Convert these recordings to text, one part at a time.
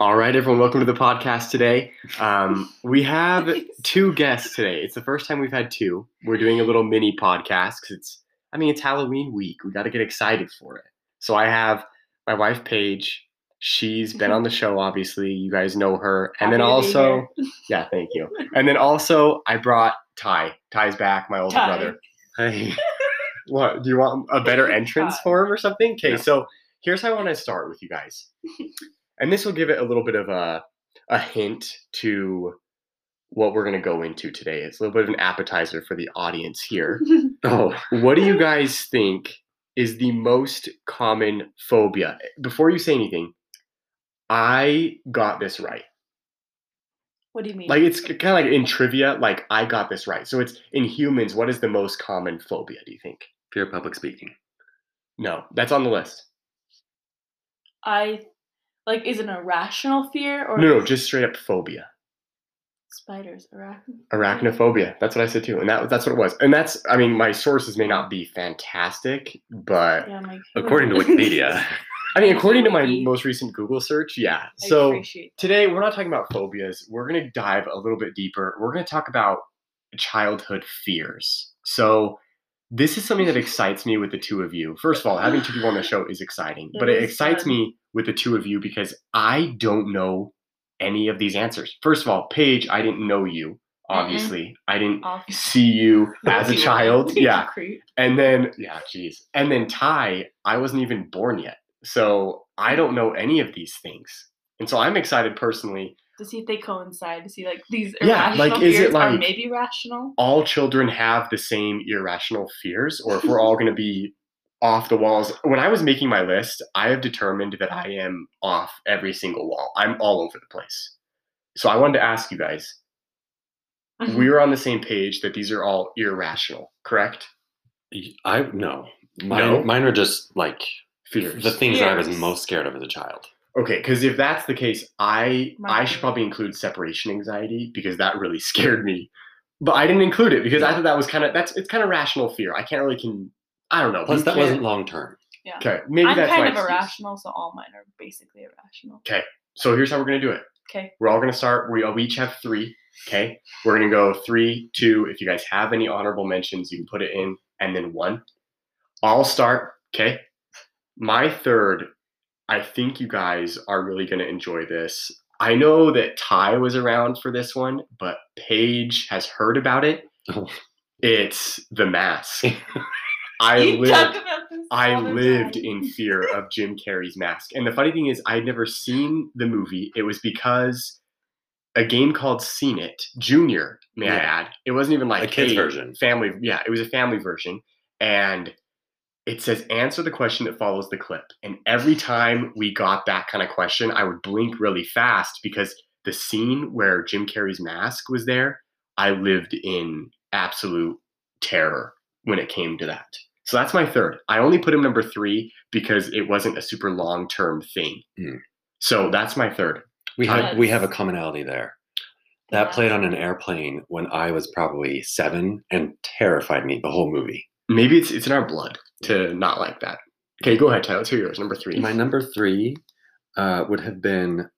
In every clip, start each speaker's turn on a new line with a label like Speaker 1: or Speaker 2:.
Speaker 1: All right, everyone, welcome to the podcast today. Um, we have
Speaker 2: Nice.
Speaker 1: two guests today. It's the first time we've had two. We're doing a little mini podcast 'cause it's, I mean, it's Halloween week. We got to get excited for it. So I have my wife, Paige. She's been on the show, obviously. You guys know her. And then
Speaker 2: Happy to be
Speaker 1: also, yeah, thank you. And then also, I brought Ty. Ty's back, my older
Speaker 2: Ty.
Speaker 1: brother. Hey. what? Do you want a better entrance
Speaker 2: Ty.
Speaker 1: for him or something? Okay,
Speaker 2: No.
Speaker 1: so here's how I want to start with you guys. and this will give it a little bit of a, a hint to what we're going to go into today. It's a little bit of an appetizer for the audience here. Oh, what do you guys think is the most common phobia? Before you say anything, I got this right.
Speaker 2: What do you mean?
Speaker 1: Like it's kind of like in trivia, like I got this right. So it's in humans, what is the most common phobia, do you think?
Speaker 3: Fear of public speaking.
Speaker 1: No, that's on the list.
Speaker 2: I like is it an irrational fear or
Speaker 1: No, no,
Speaker 2: is
Speaker 1: just straight up phobia.
Speaker 2: spiders arachn-
Speaker 1: Arachnophobia. That's what I said too. And that that's what it was. And that's I mean, my sources may not be fantastic, but
Speaker 2: Yeah, I'm like,
Speaker 3: According to Wikipedia,
Speaker 1: I mean according to my
Speaker 2: Maybe.
Speaker 1: most recent Google search, yeah.
Speaker 2: I
Speaker 1: So
Speaker 2: appreciate
Speaker 1: today we're not talking about phobias. We're going to dive a little bit deeper. We're going to talk about childhood fears. So this is something that excites me with the two of you. First of all, having two people on the show is exciting, but
Speaker 2: That
Speaker 1: it
Speaker 2: is
Speaker 1: excites
Speaker 2: fun.
Speaker 1: me with the two of you because I don't know any of these answers. First of all, Paige, I didn't know you,
Speaker 2: Mm-hmm.
Speaker 1: obviously. I didn't
Speaker 2: Obviously.
Speaker 1: see you as a child. Yeah.
Speaker 2: Creep.
Speaker 1: And then, yeah, jeez. And then Ty, I wasn't even born yet. So I don't know any of these things. And so I'm excited personally.
Speaker 2: To see if they coincide, to see like these
Speaker 1: Yeah,
Speaker 2: irrational
Speaker 1: like, is it
Speaker 2: fears are
Speaker 1: like-
Speaker 2: maybe rational.
Speaker 1: All children have the same irrational fears, or if we're all going to be off the walls. When I was making my list, I have determined that I am off every single wall. I'm all over the place. So I wanted to ask you guys
Speaker 2: Mm-hmm.
Speaker 1: we are on the same page that these are all irrational, correct?
Speaker 3: Y- I no. Mine,
Speaker 1: No?
Speaker 3: mine are just like
Speaker 1: Fears.
Speaker 3: the things that I was
Speaker 2: Fears.
Speaker 3: most scared of as a child.
Speaker 1: Okay, because if that's the case, I I
Speaker 2: Mine.
Speaker 1: should probably include separation anxiety because that really scared me. But I didn't include it because I thought that was kind of that's it's kind of rational fear. I can't really can I don't know.
Speaker 3: Plus,
Speaker 1: you
Speaker 3: that
Speaker 1: can't-
Speaker 3: wasn't long term.
Speaker 1: okay. Maybe
Speaker 2: I'm
Speaker 1: that's
Speaker 2: kind
Speaker 1: my
Speaker 2: of
Speaker 1: excuse.
Speaker 2: irrational, so all mine are basically irrational.
Speaker 1: So here's how we're gonna do it.
Speaker 2: Okay.
Speaker 1: We're all gonna start. We, we each have three. Okay, we're gonna go three, two. If you guys have any honorable mentions, you can put it in, and then one. I'll start. Okay. My third. I think you guys are really gonna enjoy this. I know that Ty was around for this one, but Paige has heard about it.
Speaker 3: Oh.
Speaker 1: It's the mask. I
Speaker 2: you
Speaker 1: lived.
Speaker 2: talk about this.
Speaker 1: I
Speaker 2: all the
Speaker 1: lived
Speaker 2: time.
Speaker 1: in fear of Jim Carrey's mask. And the funny thing is, I had never seen the movie. It was because a game called Seen It, Junior, may I
Speaker 3: Yeah.
Speaker 1: add. It wasn't even like
Speaker 3: A kid's
Speaker 1: hey,
Speaker 3: version.
Speaker 1: Family, yeah, it was a family version. And it says, answer the question that follows the clip. And every time we got that kind of question, I would blink really fast because the scene where Jim Carrey's mask was there, I lived in absolute terror when it came to that. So that's my third. I only put him number three because it wasn't a super long term thing.
Speaker 3: Hmm.
Speaker 1: So that's my third.
Speaker 3: We have we have a
Speaker 2: Yes.
Speaker 3: commonality there. That played on an airplane when I was probably seven and terrified me the whole movie.
Speaker 1: Maybe it's it's in our blood to not like that. Okay, go ahead, Ty. Let's hear yours. Number three.
Speaker 3: My number three uh, would have been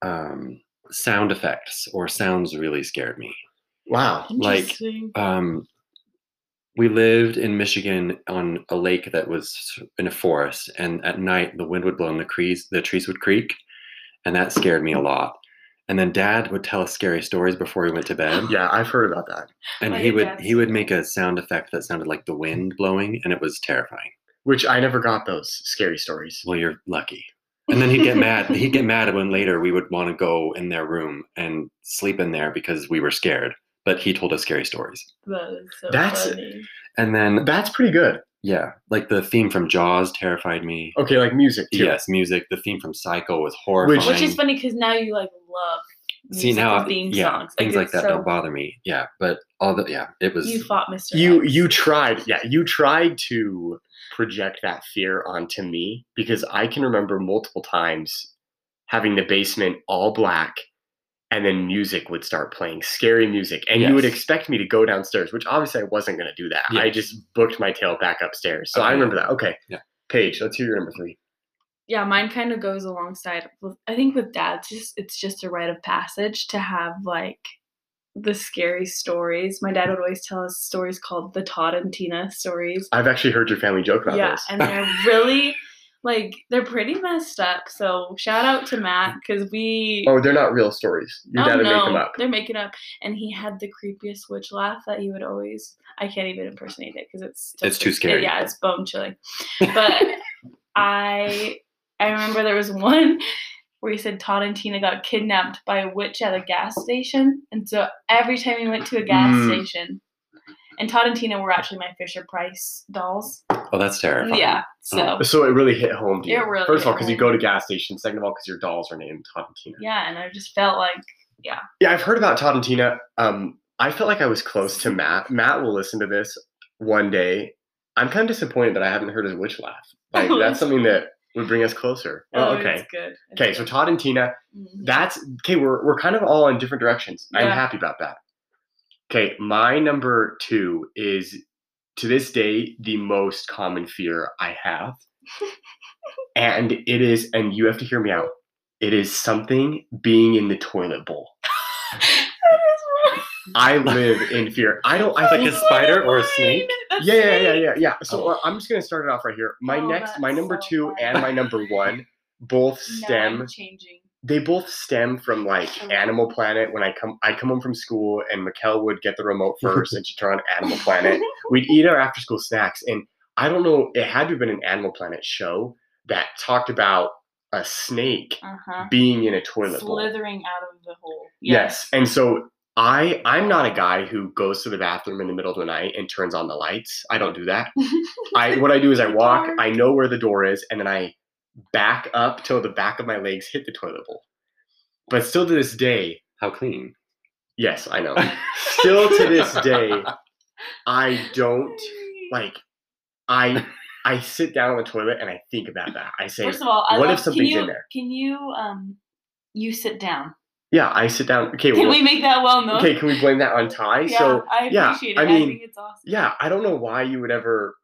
Speaker 3: um, sound effects or sounds really scared me.
Speaker 1: wow.
Speaker 3: like-
Speaker 2: Interesting.
Speaker 3: um, we lived in Michigan on a lake that was in a forest, and at night the wind would blow and the trees the trees would creak, and that scared me a lot. And then Dad would tell us scary stories before we went to bed,
Speaker 1: Yeah, I've heard about that.
Speaker 3: and
Speaker 2: My
Speaker 3: he would
Speaker 2: goodness.
Speaker 3: he would make a sound effect that sounded like the wind blowing, and it was terrifying.
Speaker 1: Which I never got those scary stories.
Speaker 3: Well, you're lucky. And then he'd get mad. He'd get mad when later we would want to go in their room and sleep in there because we were scared. But he told us scary stories.
Speaker 2: That is so
Speaker 1: That's-
Speaker 2: funny.
Speaker 3: And then
Speaker 1: That's pretty good.
Speaker 3: Yeah, like the theme from Jaws terrified me.
Speaker 1: Okay, like music Oh, too.
Speaker 3: Yes, music. The theme from Psycho was horrifying.
Speaker 2: Which is funny because now you like love
Speaker 3: See now,
Speaker 2: musical theme
Speaker 3: yeah,
Speaker 2: songs. Like,
Speaker 3: things like
Speaker 2: it's
Speaker 3: that
Speaker 2: so-
Speaker 3: don't bother me. Yeah, but all the yeah, it was.
Speaker 2: You fought Mr.
Speaker 1: You
Speaker 2: X.
Speaker 1: you tried. Yeah, you tried to project that fear onto me because I can remember multiple times having the basement all black and then music would start playing scary music and you would
Speaker 3: Yes.
Speaker 1: expect me to go downstairs which obviously i wasn't going to do that i
Speaker 3: Yes.
Speaker 1: just booked my tail back upstairs so i
Speaker 3: Okay.
Speaker 1: remember that okay
Speaker 3: Yeah.
Speaker 1: paige let's hear your number three
Speaker 2: yeah, mine kind of goes alongside. With, I think with dads, just it's just a rite of passage to have like the scary stories. My dad would always tell us stories called the Todd and Tina stories.
Speaker 1: I've actually heard your family joke about
Speaker 2: yeah,
Speaker 1: this.
Speaker 2: and they're really like they're pretty messed up. So shout out to Matt because we
Speaker 1: Oh, they're not real stories. Your dad would
Speaker 2: Oh, no,
Speaker 1: make them up.
Speaker 2: They're making up. And he had the creepiest witch laugh that he would always. I can't even impersonate it because it's just-
Speaker 3: It's too scary.
Speaker 2: Yeah, it's bone chilling. But I I remember there was one where he said Todd and Tina got kidnapped by a witch at a gas station, and so every time we went to a gas
Speaker 1: Mm.
Speaker 2: station, and Todd and Tina were actually my Fisher Price dolls.
Speaker 3: Oh, that's terrifying.
Speaker 2: Yeah, so.
Speaker 1: So it really hit home to you.
Speaker 2: It really
Speaker 1: First of all,
Speaker 2: hit
Speaker 1: because you go
Speaker 2: home.
Speaker 1: to gas stations. Second of all, because your dolls are named Todd and Tina.
Speaker 2: Yeah, and I just felt like
Speaker 1: Yeah, I've heard about Todd and Tina. Um, I felt like I was close to Matt. Matt will listen to this one day. I'm kind of disappointed that I haven't heard his witch laugh. Like that's something that would bring us closer.
Speaker 2: oh,
Speaker 1: Oh, okay.
Speaker 2: it's good. It's
Speaker 1: Okay, so
Speaker 2: good.
Speaker 1: Todd and Tina,
Speaker 2: Mhm.
Speaker 1: that's okay, we're we're kind of all in different directions. I'm
Speaker 2: Yeah.
Speaker 1: happy about that. Okay, my number 2 is to this day the most common fear I have. and it is and you have to hear me out. It is something being in the toilet bowl.
Speaker 2: That is right.
Speaker 1: I live in fear. I don't. I
Speaker 3: Like
Speaker 1: think.
Speaker 3: a spider or a snake?
Speaker 2: That's
Speaker 1: Yeah, yeah, yeah,
Speaker 2: me.
Speaker 1: yeah, yeah. So uh, I'm just gonna start it off right here. My
Speaker 2: Oh,
Speaker 1: next, my
Speaker 2: that's
Speaker 1: number
Speaker 2: so
Speaker 1: two
Speaker 2: funny.
Speaker 1: and my number one both
Speaker 2: Now
Speaker 1: stem.
Speaker 2: I'm changing.
Speaker 1: they both stem from
Speaker 2: Oh.
Speaker 1: like Animal Planet. When I come, I come home from school, and Mikkel would get the remote first, and she'd turn on Animal Planet. We'd eat our after-school snacks, and I don't know. It had to have been an Animal Planet show that talked about a snake
Speaker 2: Uh huh.
Speaker 1: being in a toilet bowl.
Speaker 2: Slithering out of the hole.
Speaker 1: Yes. And so I I'm not a guy who goes to the bathroom in the middle of the night and turns on the lights. I don't do that. I what I do is I
Speaker 2: The
Speaker 1: walk,
Speaker 2: dark.
Speaker 1: I know where the door is, and then I back up till the back of my legs hit the toilet bowl. But still to this day,
Speaker 3: How clean.
Speaker 1: yes, I know. still to this day, I don't like I I sit down on the toilet and I think about that. I say
Speaker 2: First of all, I
Speaker 1: what
Speaker 2: love,
Speaker 1: if something's
Speaker 2: can you,
Speaker 1: in there?
Speaker 2: Can you um, you sit down?
Speaker 1: Yeah, I sit down. Okay,
Speaker 2: Can
Speaker 1: well,
Speaker 2: we make that well known?
Speaker 1: okay, can we blame that on Ty?
Speaker 2: Yeah,
Speaker 1: so
Speaker 2: I
Speaker 1: yeah,
Speaker 2: appreciate
Speaker 1: I
Speaker 2: it.
Speaker 1: mean,
Speaker 2: think it's awesome.
Speaker 1: Yeah, I don't know why you would ever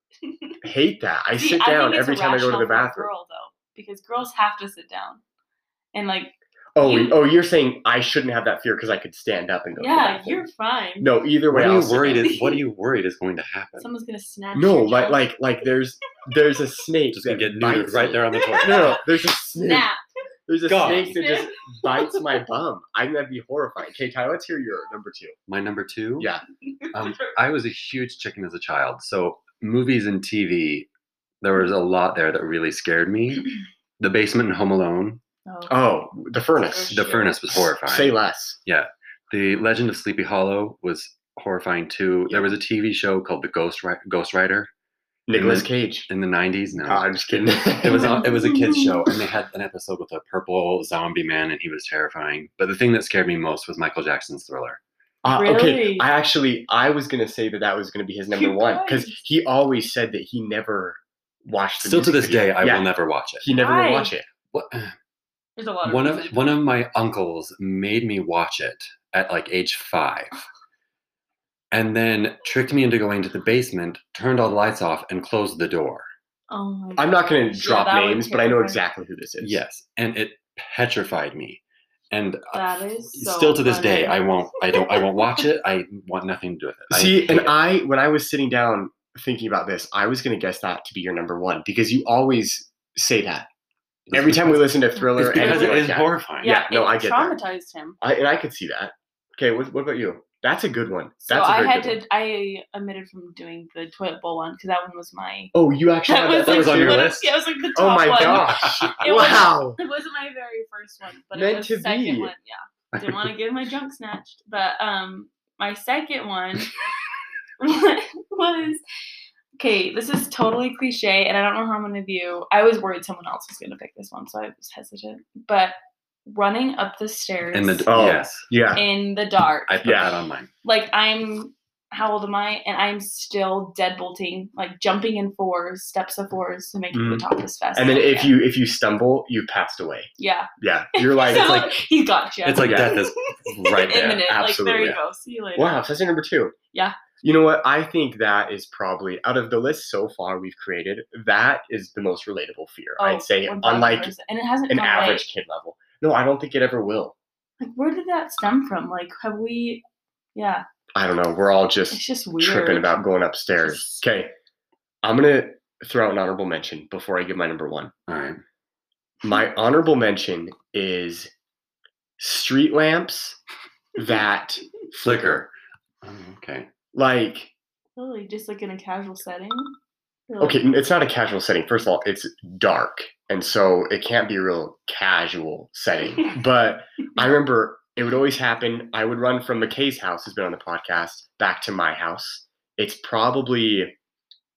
Speaker 1: hate that. I
Speaker 2: See,
Speaker 1: sit
Speaker 2: think
Speaker 1: down
Speaker 2: it's
Speaker 1: every time I go to
Speaker 2: irrational
Speaker 1: the
Speaker 2: for a
Speaker 1: bathroom.
Speaker 2: Girl though, because girls have to sit down, and like,
Speaker 1: Oh,
Speaker 2: You-
Speaker 1: oh, you're saying I shouldn't have that fear because I could stand up and go. to the
Speaker 2: yeah,
Speaker 1: bathroom.
Speaker 2: you're fine.
Speaker 1: No, either way.
Speaker 3: What are
Speaker 1: I'll
Speaker 3: you
Speaker 1: sit
Speaker 3: worried?
Speaker 1: down.
Speaker 3: Is, what are you worried is going to happen?
Speaker 2: Someone's gonna snatch.
Speaker 1: No,
Speaker 2: your
Speaker 1: like
Speaker 2: junk.
Speaker 1: like like there's there's a snake
Speaker 3: Just
Speaker 1: that
Speaker 3: gonna get
Speaker 1: bites
Speaker 3: neutered right
Speaker 1: me.
Speaker 3: there on the toilet.
Speaker 1: No, no, there's a snake.
Speaker 2: snap.
Speaker 1: There's a
Speaker 3: God.
Speaker 1: snake that just bites my bum. I'm gonna be horrified. Okay, Ty, let's hear your number two.
Speaker 3: My number two.
Speaker 1: Yeah.
Speaker 3: Um, I was a huge chicken as a child, so movies and TV, there was a lot there that really scared me. The basement in Home Alone,
Speaker 2: Oh,
Speaker 1: Oh, the furnace.
Speaker 2: For
Speaker 3: the
Speaker 2: sure.
Speaker 3: furnace was horrifying.
Speaker 1: Say less.
Speaker 3: The Legend of Sleepy Hollow was horrifying too. There was a TV show called The Ghost Ri- Ghost Rider
Speaker 1: Nicolas
Speaker 3: then-
Speaker 1: Cage.
Speaker 3: in the '90s. No,
Speaker 1: No, I'm just kidding.
Speaker 3: it was a, it was a kids show, and they had an episode with a purple zombie man, and he was terrifying. But the thing that scared me most was Michael Jackson's Thriller.
Speaker 1: Uh, Okay,
Speaker 2: Really?
Speaker 1: I actually I was gonna say that that was gonna be his number
Speaker 2: You
Speaker 1: one because
Speaker 2: guys.
Speaker 1: he always said that he never watched. The
Speaker 3: Still to
Speaker 1: music
Speaker 3: this day,
Speaker 1: video.
Speaker 3: I
Speaker 1: yeah,
Speaker 3: will never watch it.
Speaker 1: He never
Speaker 2: Why?
Speaker 1: will watch it.
Speaker 3: What-
Speaker 2: there's a lot of
Speaker 3: one of
Speaker 2: reasons.
Speaker 3: one of my uncles made me watch it at like age five and then tricked me into going to the basement turned all the lights off and closed the door
Speaker 2: Oh my
Speaker 1: I'm not gonna
Speaker 2: gosh, yeah,
Speaker 1: drop
Speaker 2: that would
Speaker 1: names, but I know
Speaker 2: terrify me.
Speaker 1: exactly who this is.
Speaker 3: yes and it petrified me and I-
Speaker 1: Uh,
Speaker 2: That is so
Speaker 3: still to this day i
Speaker 2: funny.
Speaker 3: won't i don't i won't watch it i want nothing to do with it I
Speaker 1: See, and
Speaker 3: hate it.
Speaker 1: I when I was sitting down thinking about this, I was gonna guess that to be your number one because you always say that
Speaker 3: It's
Speaker 1: every time we
Speaker 3: because-
Speaker 1: listen to Thriller.
Speaker 3: it's because
Speaker 1: anything
Speaker 3: it
Speaker 1: like
Speaker 3: is
Speaker 1: that.
Speaker 3: horrifying
Speaker 1: yeah, no,
Speaker 2: it
Speaker 1: I get that.
Speaker 2: traumatized him.
Speaker 1: I, and I could see that. Okay, what, what about you? That's a good one.
Speaker 2: So
Speaker 1: That's a
Speaker 2: I
Speaker 1: very
Speaker 2: had
Speaker 1: good
Speaker 2: to. I omitted from doing the toilet bowl one because that one was my.
Speaker 1: one. Oh, you actually
Speaker 2: That
Speaker 1: have
Speaker 2: was,
Speaker 1: that,
Speaker 2: like,
Speaker 3: was on your
Speaker 2: one of-
Speaker 3: list?
Speaker 2: Yeah, it was like the top
Speaker 1: Oh my
Speaker 2: one.
Speaker 1: gosh!
Speaker 2: It was-
Speaker 1: wow.
Speaker 2: It wasn't my very first one, but
Speaker 1: Meant
Speaker 2: it was
Speaker 1: to
Speaker 2: second
Speaker 1: be.
Speaker 2: one. Yeah, didn't want to get my junk snatched, but um, my second one was okay. This is totally cliche, and I don't know how many of you. I was worried someone else was gonna pick this one, so I was hesitant. But running up the stairs
Speaker 3: in the
Speaker 1: Oh.
Speaker 3: yes
Speaker 1: Yeah.
Speaker 2: in the dark,
Speaker 3: i put
Speaker 1: Yeah.
Speaker 3: that on mine
Speaker 2: like I'm how old am I? And I'm still deadbolting, like jumping in fours, steps of fours to make it to the top as fast.
Speaker 1: Mm. And then
Speaker 2: as I
Speaker 1: if
Speaker 2: can.
Speaker 1: you if you stumble, you passed away.
Speaker 2: yeah,
Speaker 1: Yeah, you're like,
Speaker 2: so
Speaker 1: it's like
Speaker 2: he's got you.
Speaker 3: it's like
Speaker 1: Yeah.
Speaker 3: death is right there
Speaker 2: imminent. Like there
Speaker 1: absolutely.
Speaker 2: you go. See you later.
Speaker 1: wow, so that's your number two.
Speaker 2: Yeah.
Speaker 1: You know what? I think that is probably out of the list so far we've created, that is the most relatable fear.
Speaker 2: Oh,
Speaker 1: I'd say
Speaker 2: 1000%.
Speaker 1: unlike
Speaker 2: and it hasn't
Speaker 1: an
Speaker 2: gone
Speaker 1: average kid
Speaker 2: away.
Speaker 1: level. No, I don't think it ever will.
Speaker 2: Like, where did that stem from? Like, have we? Yeah,
Speaker 1: I don't know. We're all
Speaker 2: it's
Speaker 1: just
Speaker 2: just weird.
Speaker 1: tripping about going upstairs.
Speaker 2: Just-
Speaker 1: Okay. I'm going to throw out an honorable mention before I give my number one.
Speaker 3: All right.
Speaker 1: My honorable mention is street lamps that
Speaker 3: Flicker. Oh, okay.
Speaker 1: like
Speaker 2: Really, just like in a casual setting. Or, like,
Speaker 1: okay n- it's not a casual setting first of all it's dark and so it can't be a real casual setting but i remember it would always happen i would run from mckay's house who's been on the podcast back to my house it's probably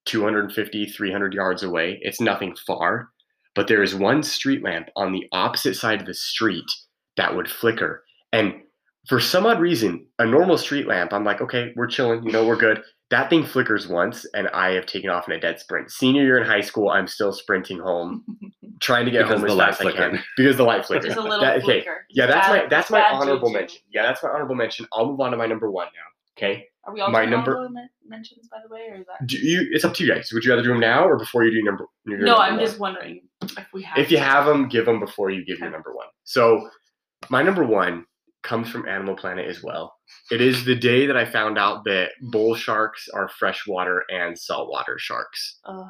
Speaker 1: 250 300 yards away it's nothing far but there is one street lamp on the opposite side of the street that would flicker and for some odd reason a normal street lamp i'm like okay we're chilling you know we're good that thing flickers once and I have taken off in a dead sprint. Senior year in high school, I'm still sprinting home, trying to get
Speaker 3: Because
Speaker 1: home
Speaker 3: the
Speaker 1: as
Speaker 3: light
Speaker 1: fast as I can
Speaker 3: flickered.
Speaker 1: because the light flickered.
Speaker 2: Just a little
Speaker 1: That- okay.
Speaker 2: flicker.
Speaker 1: Yeah, that's
Speaker 2: Bad-
Speaker 1: my that's my
Speaker 2: bad
Speaker 1: honorable
Speaker 2: juju.
Speaker 1: mention. Yeah, that's my honorable mention. I'll move on to my number one now. Okay.
Speaker 2: Are we all
Speaker 1: My
Speaker 2: doing
Speaker 1: number-
Speaker 2: honorable men- mentions, by the way, or is that?
Speaker 1: Do you? It's up to you guys. Would you rather do them now or before you do number? Your
Speaker 2: No,
Speaker 1: number
Speaker 2: I'm
Speaker 1: one?
Speaker 2: just wondering if we have.
Speaker 1: If you
Speaker 2: to.
Speaker 1: have them, give them before you give your
Speaker 2: Okay.
Speaker 1: number one. So, my number one comes from Animal Planet as well. It is the day that I found out that bull sharks are freshwater and saltwater sharks.
Speaker 2: Ugh.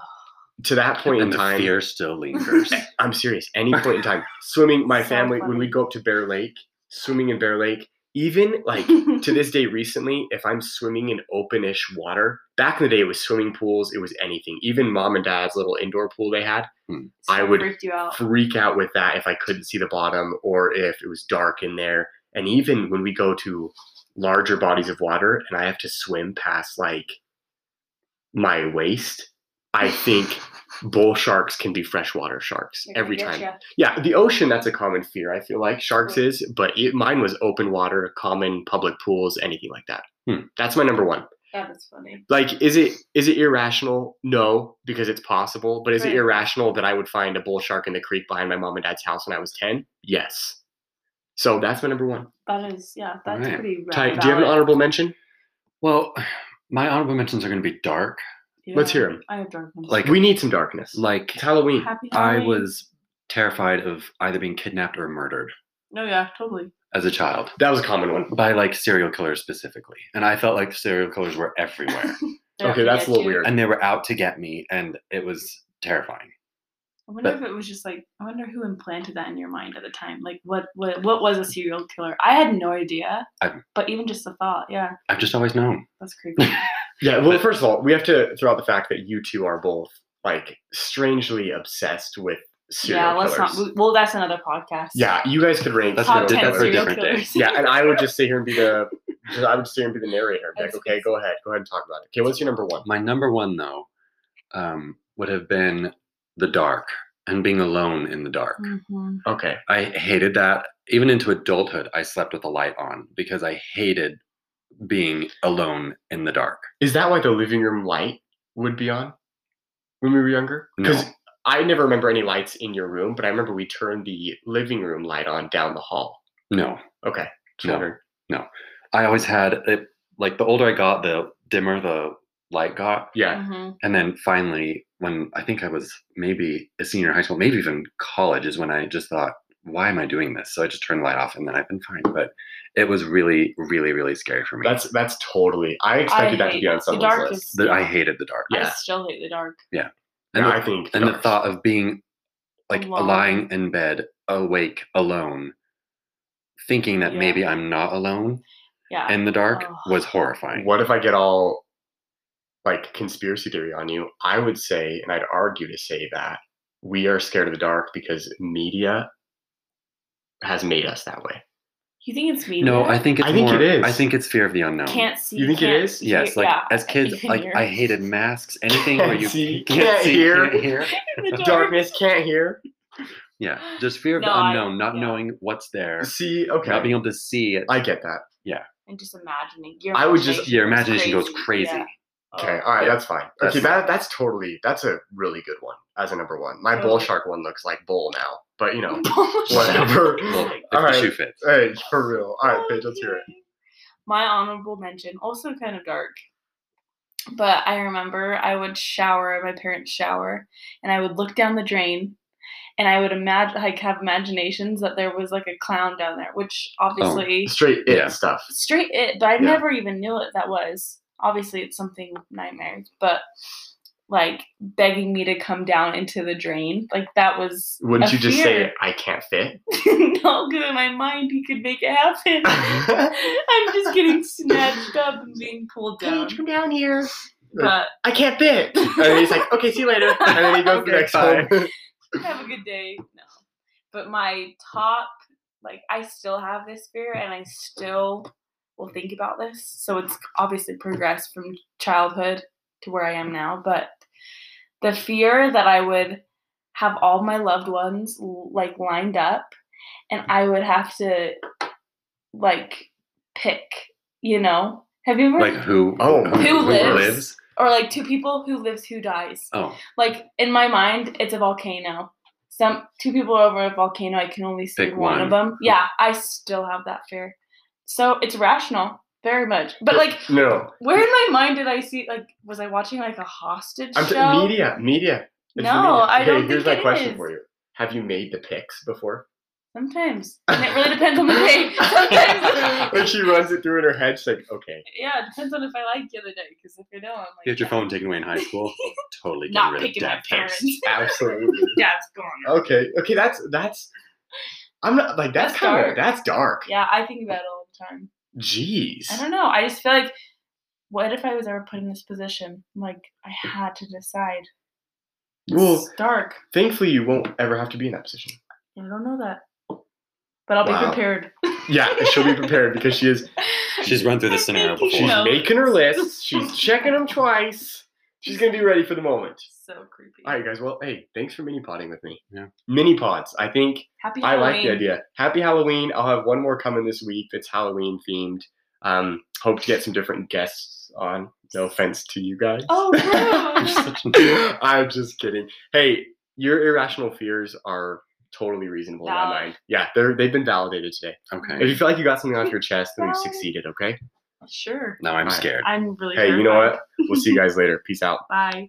Speaker 1: To that point in
Speaker 3: and the
Speaker 1: time,
Speaker 3: fear still lingers.
Speaker 1: I'm serious. Any point in time, swimming. My
Speaker 2: So
Speaker 1: family, when
Speaker 2: funny.
Speaker 1: we go up to Bear Lake, swimming in Bear Lake. Even like to this day, recently, if I'm swimming in openish water, back in the day, it was swimming pools. It was anything. Even mom and dad's little indoor pool they had.
Speaker 2: So
Speaker 1: I would
Speaker 2: freaked you out.
Speaker 1: Freak out with that if I couldn't see the bottom or if it was dark in there. And even when we go to larger bodies of water and I have to swim past like my waist, I think bull sharks can be freshwater sharks
Speaker 2: They're gonna
Speaker 1: every
Speaker 2: get
Speaker 1: time.
Speaker 2: ya.
Speaker 1: Yeah, the ocean, that's a common fear, I feel like. Sharks
Speaker 2: Sure.
Speaker 1: is, but it, mine was open water, common public pools, anything like that.
Speaker 3: Hmm.
Speaker 1: That's my number one.
Speaker 2: That is funny.
Speaker 1: Like, is it is it irrational? No, because it's possible. But is
Speaker 2: Right.
Speaker 1: it irrational that I would find a bull shark in the creek behind my mom and dad's house when I was 10? Yes. So that's my number one.
Speaker 2: That is, yeah, that's
Speaker 3: Alright.
Speaker 2: pretty. ra-
Speaker 1: Ty, do you have an
Speaker 2: valid.
Speaker 1: honorable mention?
Speaker 3: well, my honorable mentions are going to be dark.
Speaker 1: Let's
Speaker 2: Yeah.
Speaker 1: hear them.
Speaker 2: I have dark ones.
Speaker 3: Like-
Speaker 1: We need some darkness.
Speaker 3: Like
Speaker 1: It's Halloween.
Speaker 2: Happy
Speaker 3: I
Speaker 2: Halloween.
Speaker 3: was terrified of either being kidnapped or murdered
Speaker 2: No, yeah, totally.
Speaker 3: as a child
Speaker 1: That was a common one.
Speaker 3: by like serial killers specifically, and I felt like serial killers were everywhere.
Speaker 2: They're
Speaker 1: Okay,
Speaker 2: gonna
Speaker 1: that's a
Speaker 2: get
Speaker 1: little
Speaker 2: you.
Speaker 1: weird.
Speaker 3: and they were out to get me and it was terrifying
Speaker 2: I wonder
Speaker 3: But-
Speaker 2: if it was just like I wonder who implanted that in your mind at the time. Like what what what was a serial killer? I had no idea.
Speaker 3: I-
Speaker 2: but even just the thought, yeah,
Speaker 3: i've just always known
Speaker 2: that's creepy.
Speaker 1: Yeah, well, first of all, we have to throw out the fact that you two are both like strangely obsessed with serial
Speaker 2: yeah, let's
Speaker 1: killers.
Speaker 2: not. Well, that's another podcast.
Speaker 1: yeah, you guys could rank
Speaker 3: That's
Speaker 1: serial
Speaker 2: top
Speaker 3: what I did-
Speaker 2: ten
Speaker 1: killers.
Speaker 3: that's for a
Speaker 2: serial
Speaker 3: different day.
Speaker 2: killers.
Speaker 1: Yeah, and I would just sit here and be the I would sit here and be the narrator. Be like,
Speaker 2: That's-
Speaker 1: okay, go ahead, go ahead and talk about it. Okay, what's your number one?
Speaker 3: my number one though um, would have been the dark and being alone in the dark
Speaker 2: Mhm.
Speaker 1: Okay.
Speaker 3: i hated that even into adulthood i slept with a light on because i hated being alone in the dark
Speaker 1: Is that why the living room light would be on when we were younger? Because
Speaker 3: No.
Speaker 1: I never remember any lights in your room, but I remember we turned the living room light on down the hall.
Speaker 3: no
Speaker 1: Okay. just
Speaker 3: No.
Speaker 1: wondering.
Speaker 3: i always had it like the older i got the dimmer the light got
Speaker 1: Yeah.
Speaker 2: Mhm.
Speaker 3: and then finally when i think i was maybe a senior in high school maybe even college is when i just thought why am i doing this so i just turned the light off and then i've been fine but it was really really really scary for me
Speaker 1: That's that's totally. I expected that to
Speaker 2: hate
Speaker 1: be on
Speaker 2: the
Speaker 1: someone's
Speaker 2: dark
Speaker 1: list.
Speaker 2: is-
Speaker 3: that i hated the dark
Speaker 1: Yeah.
Speaker 2: I still hate the dark.
Speaker 3: and,
Speaker 1: yeah,
Speaker 3: the,
Speaker 1: I think.
Speaker 3: and the
Speaker 1: dark.
Speaker 3: thought of being like
Speaker 2: Alone.
Speaker 3: lying in bed awake alone thinking that
Speaker 2: Yeah.
Speaker 3: maybe i'm not alone
Speaker 2: Yeah.
Speaker 3: in the dark
Speaker 2: Ugh.
Speaker 3: was horrifying
Speaker 1: What if I get all like conspiracy theory on you? I would say, and I'd argue to say that we are scared of the dark because media has made us that way.
Speaker 2: you think it's me?
Speaker 3: no i think it's
Speaker 1: I think
Speaker 3: more-
Speaker 1: it is.
Speaker 3: i think it's fear of the unknown
Speaker 2: can't see.
Speaker 1: You think it
Speaker 2: can't
Speaker 1: is?
Speaker 2: hear-
Speaker 3: Yes, like
Speaker 2: yeah,
Speaker 3: as kids,
Speaker 2: can
Speaker 3: like
Speaker 2: hear.
Speaker 3: I hated masks. Anything where
Speaker 1: Can't
Speaker 3: you
Speaker 1: see,
Speaker 3: can't,
Speaker 1: can't
Speaker 3: see,
Speaker 1: hear.
Speaker 3: can't hear.
Speaker 2: In the dark.
Speaker 1: Darkness can't hear.
Speaker 3: Yeah, just fear of
Speaker 2: No,
Speaker 3: the
Speaker 2: I-
Speaker 3: unknown, not
Speaker 2: yeah.
Speaker 3: knowing what's there,
Speaker 1: See, okay.
Speaker 3: not Uh, being able to see it.
Speaker 1: I get that.
Speaker 2: and just imagining. Your
Speaker 1: I would just-
Speaker 2: imagination
Speaker 3: Your
Speaker 2: is
Speaker 3: imagination goes crazy.
Speaker 2: Yeah.
Speaker 1: Okay,
Speaker 2: Oh.
Speaker 1: all right,
Speaker 3: yeah.
Speaker 1: that's fine.
Speaker 3: That's
Speaker 1: okay, that that's totally that's a really good one as a number one. My bull
Speaker 2: Okay.
Speaker 1: shark one looks like bull now, but you know,
Speaker 2: Whatever.
Speaker 1: whatever.
Speaker 3: Well, if
Speaker 1: All
Speaker 3: the
Speaker 1: right.
Speaker 3: shoe fits.
Speaker 1: hey, for real. All right, Paige, let's hear it.
Speaker 2: My honorable mention, also kind of dark, But I remember I would shower in my parents' shower and I would look down the drain and I would imagine like have imaginations that there was like a clown down there, which
Speaker 3: Oh.
Speaker 2: obviously
Speaker 1: Straight it
Speaker 3: Yeah.
Speaker 1: stuff.
Speaker 2: straight it, but I
Speaker 1: Yeah.
Speaker 2: never even knew what that was. Obviously it's something nightmares, but like begging me to come down into the drain. Like that was
Speaker 1: Wouldn't
Speaker 2: a
Speaker 1: you just
Speaker 2: fear.
Speaker 1: say I can't fit?
Speaker 2: no, because in my mind he could make it happen. I'm just getting snatched up and being pulled down.
Speaker 1: come down here?
Speaker 2: But
Speaker 1: I can't fit. And then he's like, okay, see you later. And then he goes to the
Speaker 3: Okay,
Speaker 1: next time.
Speaker 2: have a good day. No. But my top, like, I still have this fear and I still will think about this. So it's obviously progressed from childhood to where I am now. But the fear that I would have all my loved ones, l- like, lined up and I would have to, like, pick, you know? Have you ever.
Speaker 3: Like who?
Speaker 1: Oh,
Speaker 2: Who lives?
Speaker 3: lives?
Speaker 2: or like two people who lives who dies
Speaker 3: Oh,
Speaker 2: like in my mind it's a volcano some two people are over a volcano i can only see
Speaker 3: Pick
Speaker 2: one. of them yeah i still have that fear so it's rational very much but like
Speaker 1: no,
Speaker 2: where in my mind did i see like was i watching like a hostage
Speaker 1: I'm t-
Speaker 2: show
Speaker 1: media, media. It's
Speaker 2: no
Speaker 1: media.
Speaker 2: i don't
Speaker 1: Hey, here's
Speaker 2: think
Speaker 1: my
Speaker 2: it
Speaker 1: question
Speaker 2: is.
Speaker 1: for you: Have you made the picks before?
Speaker 2: sometimes and it really depends on the day sometimes
Speaker 1: when she runs it through in her head, she's like, okay.
Speaker 2: yeah it depends on if i like the other day because if i don't i'm like
Speaker 3: you had your phone taken away in high school. totally
Speaker 2: Not
Speaker 3: getting rid of
Speaker 2: picking my
Speaker 3: dad pics.
Speaker 2: parents.
Speaker 1: Absolutely.
Speaker 2: yeah it's gone
Speaker 1: Okay. Okay. That's that's. I'm not like that's,
Speaker 2: That's
Speaker 1: kind of
Speaker 2: dark.
Speaker 1: that's dark.
Speaker 2: yeah i think about it all the time
Speaker 1: Jeez.
Speaker 2: I don't know. I just feel like, what if I was ever put in this position? Like, I had to decide. It's
Speaker 1: Well,
Speaker 2: dark.
Speaker 1: thankfully, you won't ever have to be in that position.
Speaker 2: I don't know that. But I'll be
Speaker 1: Wow.
Speaker 2: prepared.
Speaker 1: Yeah, she'll be prepared because she is.
Speaker 3: She's run through this scenario
Speaker 2: Thank you.
Speaker 3: before.
Speaker 1: She's
Speaker 2: No.
Speaker 1: making her lists. She's checking them twice. She's gonna be ready for the moment.
Speaker 2: So creepy.
Speaker 1: All right, guys. Well, hey, thanks for mini potting with me.
Speaker 3: Yeah.
Speaker 1: Mini pods. I think
Speaker 2: Happy
Speaker 1: I
Speaker 2: Halloween.
Speaker 1: like the idea. Happy Halloween. I'll have one more coming this week that's Halloween themed. Um, hope to get some different guests on. No offense to you guys.
Speaker 2: Oh, no.
Speaker 1: I'm just kidding. Hey, your irrational fears are totally reasonable in my
Speaker 2: Valid.
Speaker 1: mind. Yeah, they're they've been validated today. If
Speaker 3: Okay.
Speaker 1: you feel like you got something off your chest, then we've
Speaker 2: Valid.
Speaker 1: succeeded, okay?
Speaker 2: sure.
Speaker 3: Now I'm
Speaker 1: Alright.
Speaker 3: scared.
Speaker 2: I'm really
Speaker 1: Hey, you know
Speaker 2: terrified.
Speaker 1: what? We'll see you guys later. Peace out.
Speaker 2: Bye.